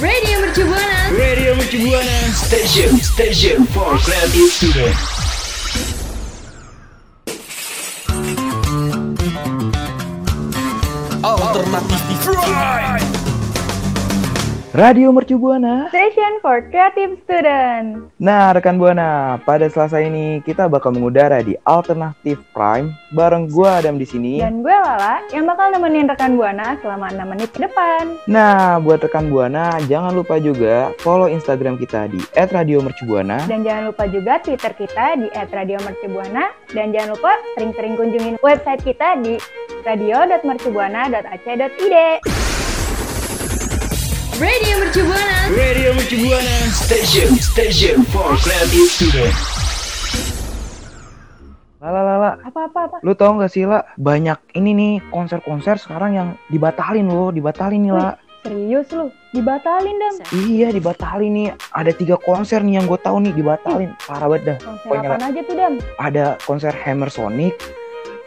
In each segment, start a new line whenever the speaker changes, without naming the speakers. Radio Mercubuana.
Radio Mercubuana Station, station for creative student.
Alternatif
Radio Mercu Buana.
Station for Creative Student.
Nah, rekan Buana, pada Selasa ini kita bakal mengudara di Alternatif Prime bareng gua Adam di sini.
Dan gue Lala yang bakal nemenin rekan Buana selama 6 menit ke depan.
Nah, buat rekan Buana, jangan lupa juga follow Instagram kita di @radiomercubuana.
Dan jangan lupa juga Twitter kita di @radiomercubuana dan jangan lupa sering-sering kunjungin website kita di radio.mercubuana.ac.id.
Radio Mercubuana.
Radio Mercubuana Station, station for creative student.
Lala, lala,
Apa-apa apa.
lu tau gak sih, La? Banyak ini nih konser-konser sekarang yang dibatalin loh, dibatalin nih, La.
Serius lu, dibatalin dam.
Iya, dibatalin nih. Ada tiga konser nih yang gue tahu nih dibatalin. Parah banget dah.
Konser
Pokoknya
apaan aja tuh dam?
Ada konser Hammer Sonic,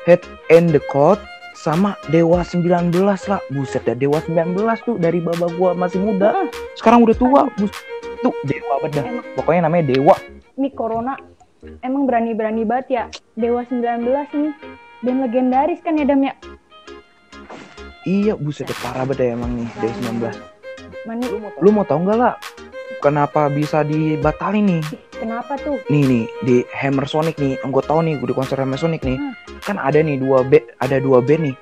Head and the Cloud, sama Dewa 19 lah. Buset dah, Dewa 19 tuh dari baba gua masih muda. Sekarang udah tua. Buset. Tuh, Dewa banget dah.
Emang
Pokoknya namanya Dewa.
nih corona emang berani-berani banget ya. Dewa 19 nih. Band legendaris kan ya dam ya.
Iya, buset dah. Parah banget dah emang nih, Dewa 19.
Mani,
Lu mau tau nggak lah? Kenapa bisa dibatalin nih?
kenapa tuh?
nih nih di Hammer Sonic nih yang gue tahu nih di konser Hammer Sonic nih kan ada nih dua band ada dua band nih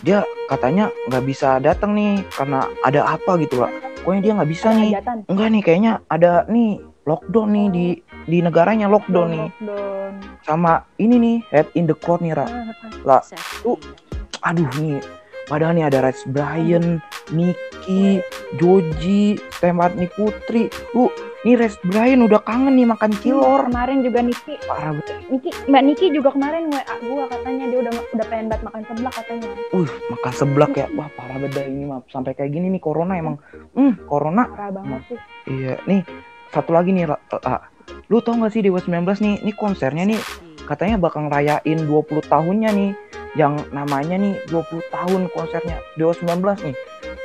dia katanya nggak bisa datang nih karena ada apa gitu lah pokoknya dia nggak bisa nih
Hajatan.
enggak nih kayaknya ada nih lockdown nih di di negaranya lockdown nih
Lockdown. Nah,
sama ini nih head in the cloud nih Ra. Nah, Lah, tuh, aduh nih padahal nih ada Rex Brian, Nicky, Joji, Stematni Putri. Lu nih Rex Brian udah kangen nih makan cilor.
Kemarin juga Niki,
Parah banget.
Niki, Mbak Niki juga kemarin WA gua katanya dia udah udah pengen banget makan seblak katanya.
Uh, makan seblak ya. Wah, parah banget dah ini mah sampai kayak gini nih corona emang. Hmm, corona.
Parah banget sih.
Iya, nih satu lagi nih Ra- Ra. Lu tau gak sih Dewa 19 nih, nih konsernya nih katanya bakal ngerayain 20 tahunnya nih yang namanya nih 20 tahun konsernya Dewa 19 nih.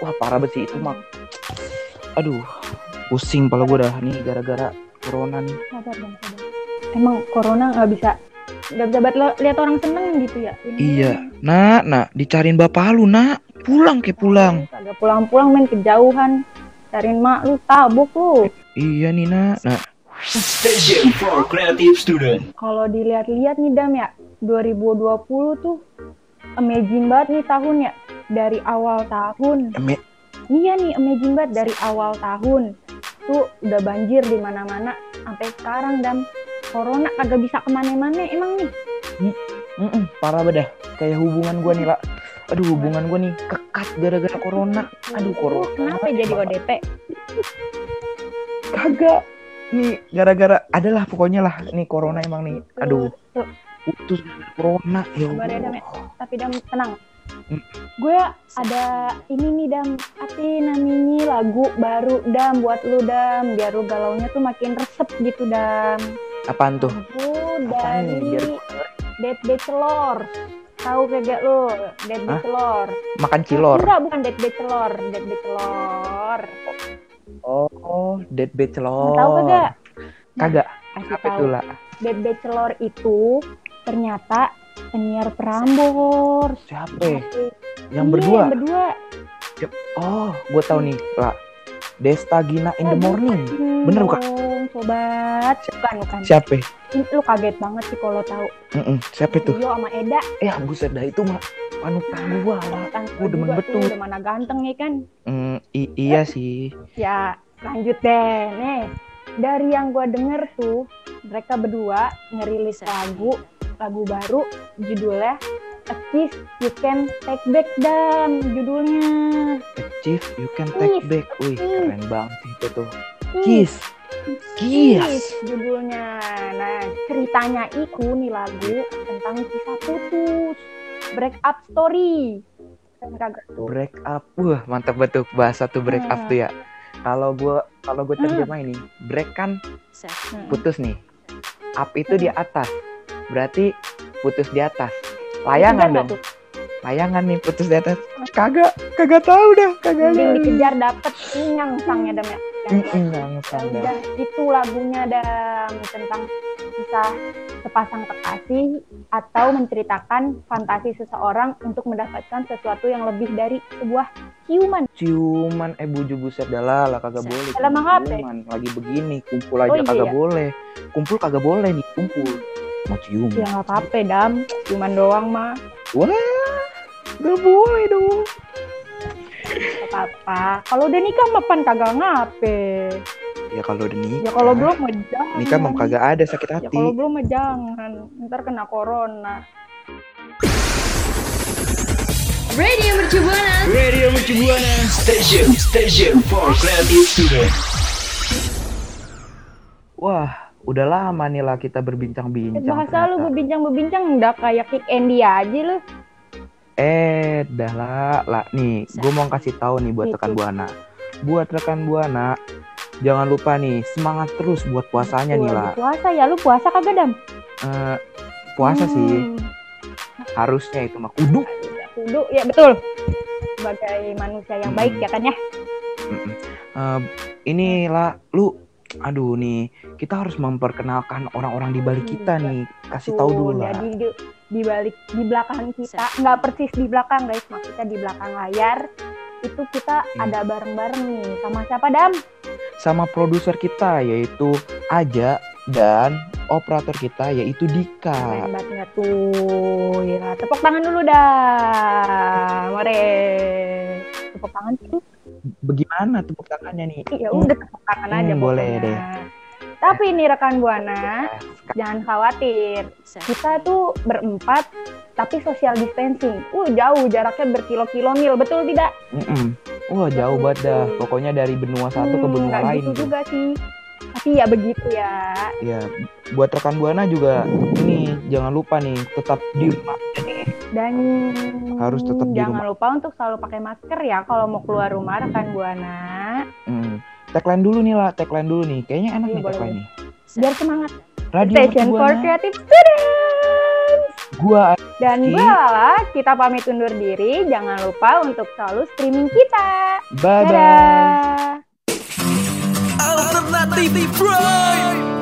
Wah, parah banget sih itu mah. Aduh, pusing pala gue dah nih gara-gara corona nih.
Sabar dong, sabar. Emang corona nggak bisa nggak bisa banget lo- lihat orang seneng gitu ya. Ini
Iya. Nah, nah, dicariin bapak lu, nak. Pulang ke pulang.
Kagak pulang-pulang main kejauhan. Cariin mak lu tabuk lu.
Iya nih, nak. Nah,
Station for creative student.
Kalau dilihat-lihat nih Dam ya, 2020 tuh amazing banget nih tahun ya. Dari awal tahun
eme-
Iya nih amazing banget dari awal tahun tuh udah banjir di mana-mana sampai sekarang dan corona kagak bisa kemana-mana emang nih
Mm-mm, parah bedah kayak hubungan gua nih lah aduh hubungan gua nih kekat gara-gara corona aduh corona
Lu kenapa jadi ODP
kagak nih gara-gara adalah pokoknya lah nih corona emang nih aduh
Tuh,
putus gara-gara corona ya
Sabar ya, Dam,
Allah.
ya. tapi dam tenang
Hmm.
gue ada ini nih dam apa ya namanya lagu baru dam buat lu dam biar lu galaunya tuh makin resep gitu dam
apaan tuh
lagu
apaan nih biar
dari
gua denger.
Dead Bachelor tahu kagak lu Dead
Hah?
Bachelor
makan cilor
Enggak, bukan Dead Bachelor, Dead Bachelor.
oh dead bachelor
Tahu kagak?
kagak
Kasih
apa
tahu.
itu lah
Dead Bachelor itu ternyata penyiar Prambors.
siapa ya?
Iya,
yang berdua
Yang berdua.
oh gua tahu nih lah Desta Gina in the
Eh,
morning
Hmm,
Bener bukan?
dong, Sobat. Bukan, bukan.
siapa ya?
Ini lu kaget banget sih kalau tahu.
Mm-mm, siapa itu
Yo sama Eda.
eh buset dah itu mah panutan gua lah
Kan
Gua demen
berdua
betul.
tuh, Udah mana ganteng ya kan.
Hmm, i- iya sih.
Ya, lanjut deh. Nih, dari yang gue denger tuh, mereka berdua ngerilis lagu, lagu baru, judulnya A Kiss You Can Take Back, Dam, judulnya. Hmm.
Achieve, you can take
Kiss.
back. Wih,
Kiss.
keren banget itu tuh.
Ih,
Kiss. Kiss.
judulnya. Nah, ceritanya itu nih lagu tentang kisah putus, break up story. Keren kagak tuh?
Break up. Wah, mantap banget tuh bahasa tuh break up
Hmm.
tuh ya. Kalau gua kalau gua
Hmm.
terjemahin ini, break kan
Hmm.
putus nih. Up itu di atas. Berarti putus di atas. Layangan
Keren
dong.
kagak tuh?
Layangan nih putus di atas. Kagak, kagak tahu dah kagak
mending dikejar dapet nyang sangnya dam ya Yang-
Mm-mm, langsung
Ya
dah
udah itu lagunya dan tentang kisah sepasang kekasih atau menceritakan fantasi seseorang untuk mendapatkan sesuatu yang lebih dari sebuah ciuman.
ciuman eh buju buset dah lah lah, kagak boleh
Lah, mah apa?
ciuman lagi begini kumpul aja
eh? Oh, iya
kagak
ya?
boleh kumpul kagak boleh nih kumpul mau cium
Ya nggak apa-apa dam, ciuman doang mah
Gak boleh dong
nggak apa-apa. Kalau udah nikah mapan kagak ngape.
ya kalau udah nikah
Ya kalau belum mah jangan.
nikah mah kagak ada sakit
Ya
hati
kalau belum mah jangan, ntar kena corona.
Radio Mercu Buana.
Radio Mercu Buana Station, station for creative student.
wah udah lama nih lah kita
Eh,
berbincang-bincang
bahasa lu
ternyata.
berbincang-berbincang udah kayak kick Andy aja lu.
Eh, dah lah, lah. Nih, gue mau kasih tahu nih buat
Gitu.
rekan buana. Buat rekan buana, jangan lupa nih semangat terus buat puasanya nih
Tuh,
lah.
lagi Puasa ya lu puasa kagak dam?
Eh, puasa sih
Hmm.
harusnya itu mah kudu.
kudu ya betul sebagai manusia yang baik
Hmm.
ya kan ya
Mm-mm. Eh, ini lah, lu. Aduh nih, kita harus memperkenalkan orang-orang di balik kita nih. Kasih tahu
Tuh,
dulu lah.
Hmm, jadi di, di balik di belakang kita nggak persis di belakang guys maksudnya di belakang layar itu kita
Hmm.
ada bareng-bareng nih sama siapa dam
Sama produser kita yaitu Aja dan operator kita yaitu Dika.
keren banget nggak tuh ya tepuk tangan dulu dah more tepuk tangan sih
Bagaimana tepuk tangannya nih?
ya udah tepuk tangan aja
Hmm, boleh
pokoknya.
deh.
tapi ini rekan buana
Eh,
jangan khawatir kita tuh berempat tapi social distancing uh jauh jaraknya berkilo-kilo mil betul tidak
Mm-mm. Wah jauh
Betul,
banget dah.
betul.
Pokoknya dari benua satu ke
Hmm,
benua
nggak
lain.
gitu
tuh.
juga sih tapi ya begitu ya
Ya, buat rekan buana juga ini jangan lupa nih tetap
Hmm.
di rumah.
dan
Harus tetap di
jangan lupa untuk selalu pakai masker ya kalau mau keluar rumah rekan buana
Mm. Tagline dulu nih lah, tagline dulu nih. Kayaknya enak
Iya,
nih
boleh,
tagline nih.
biar semangat
Radio
station
Mercu
for
Buana,
creative students
gua
dan
Oke.
bala kita pamit undur diri jangan lupa untuk selalu streaming kita
bye bye.
dadah
Alternative Prime.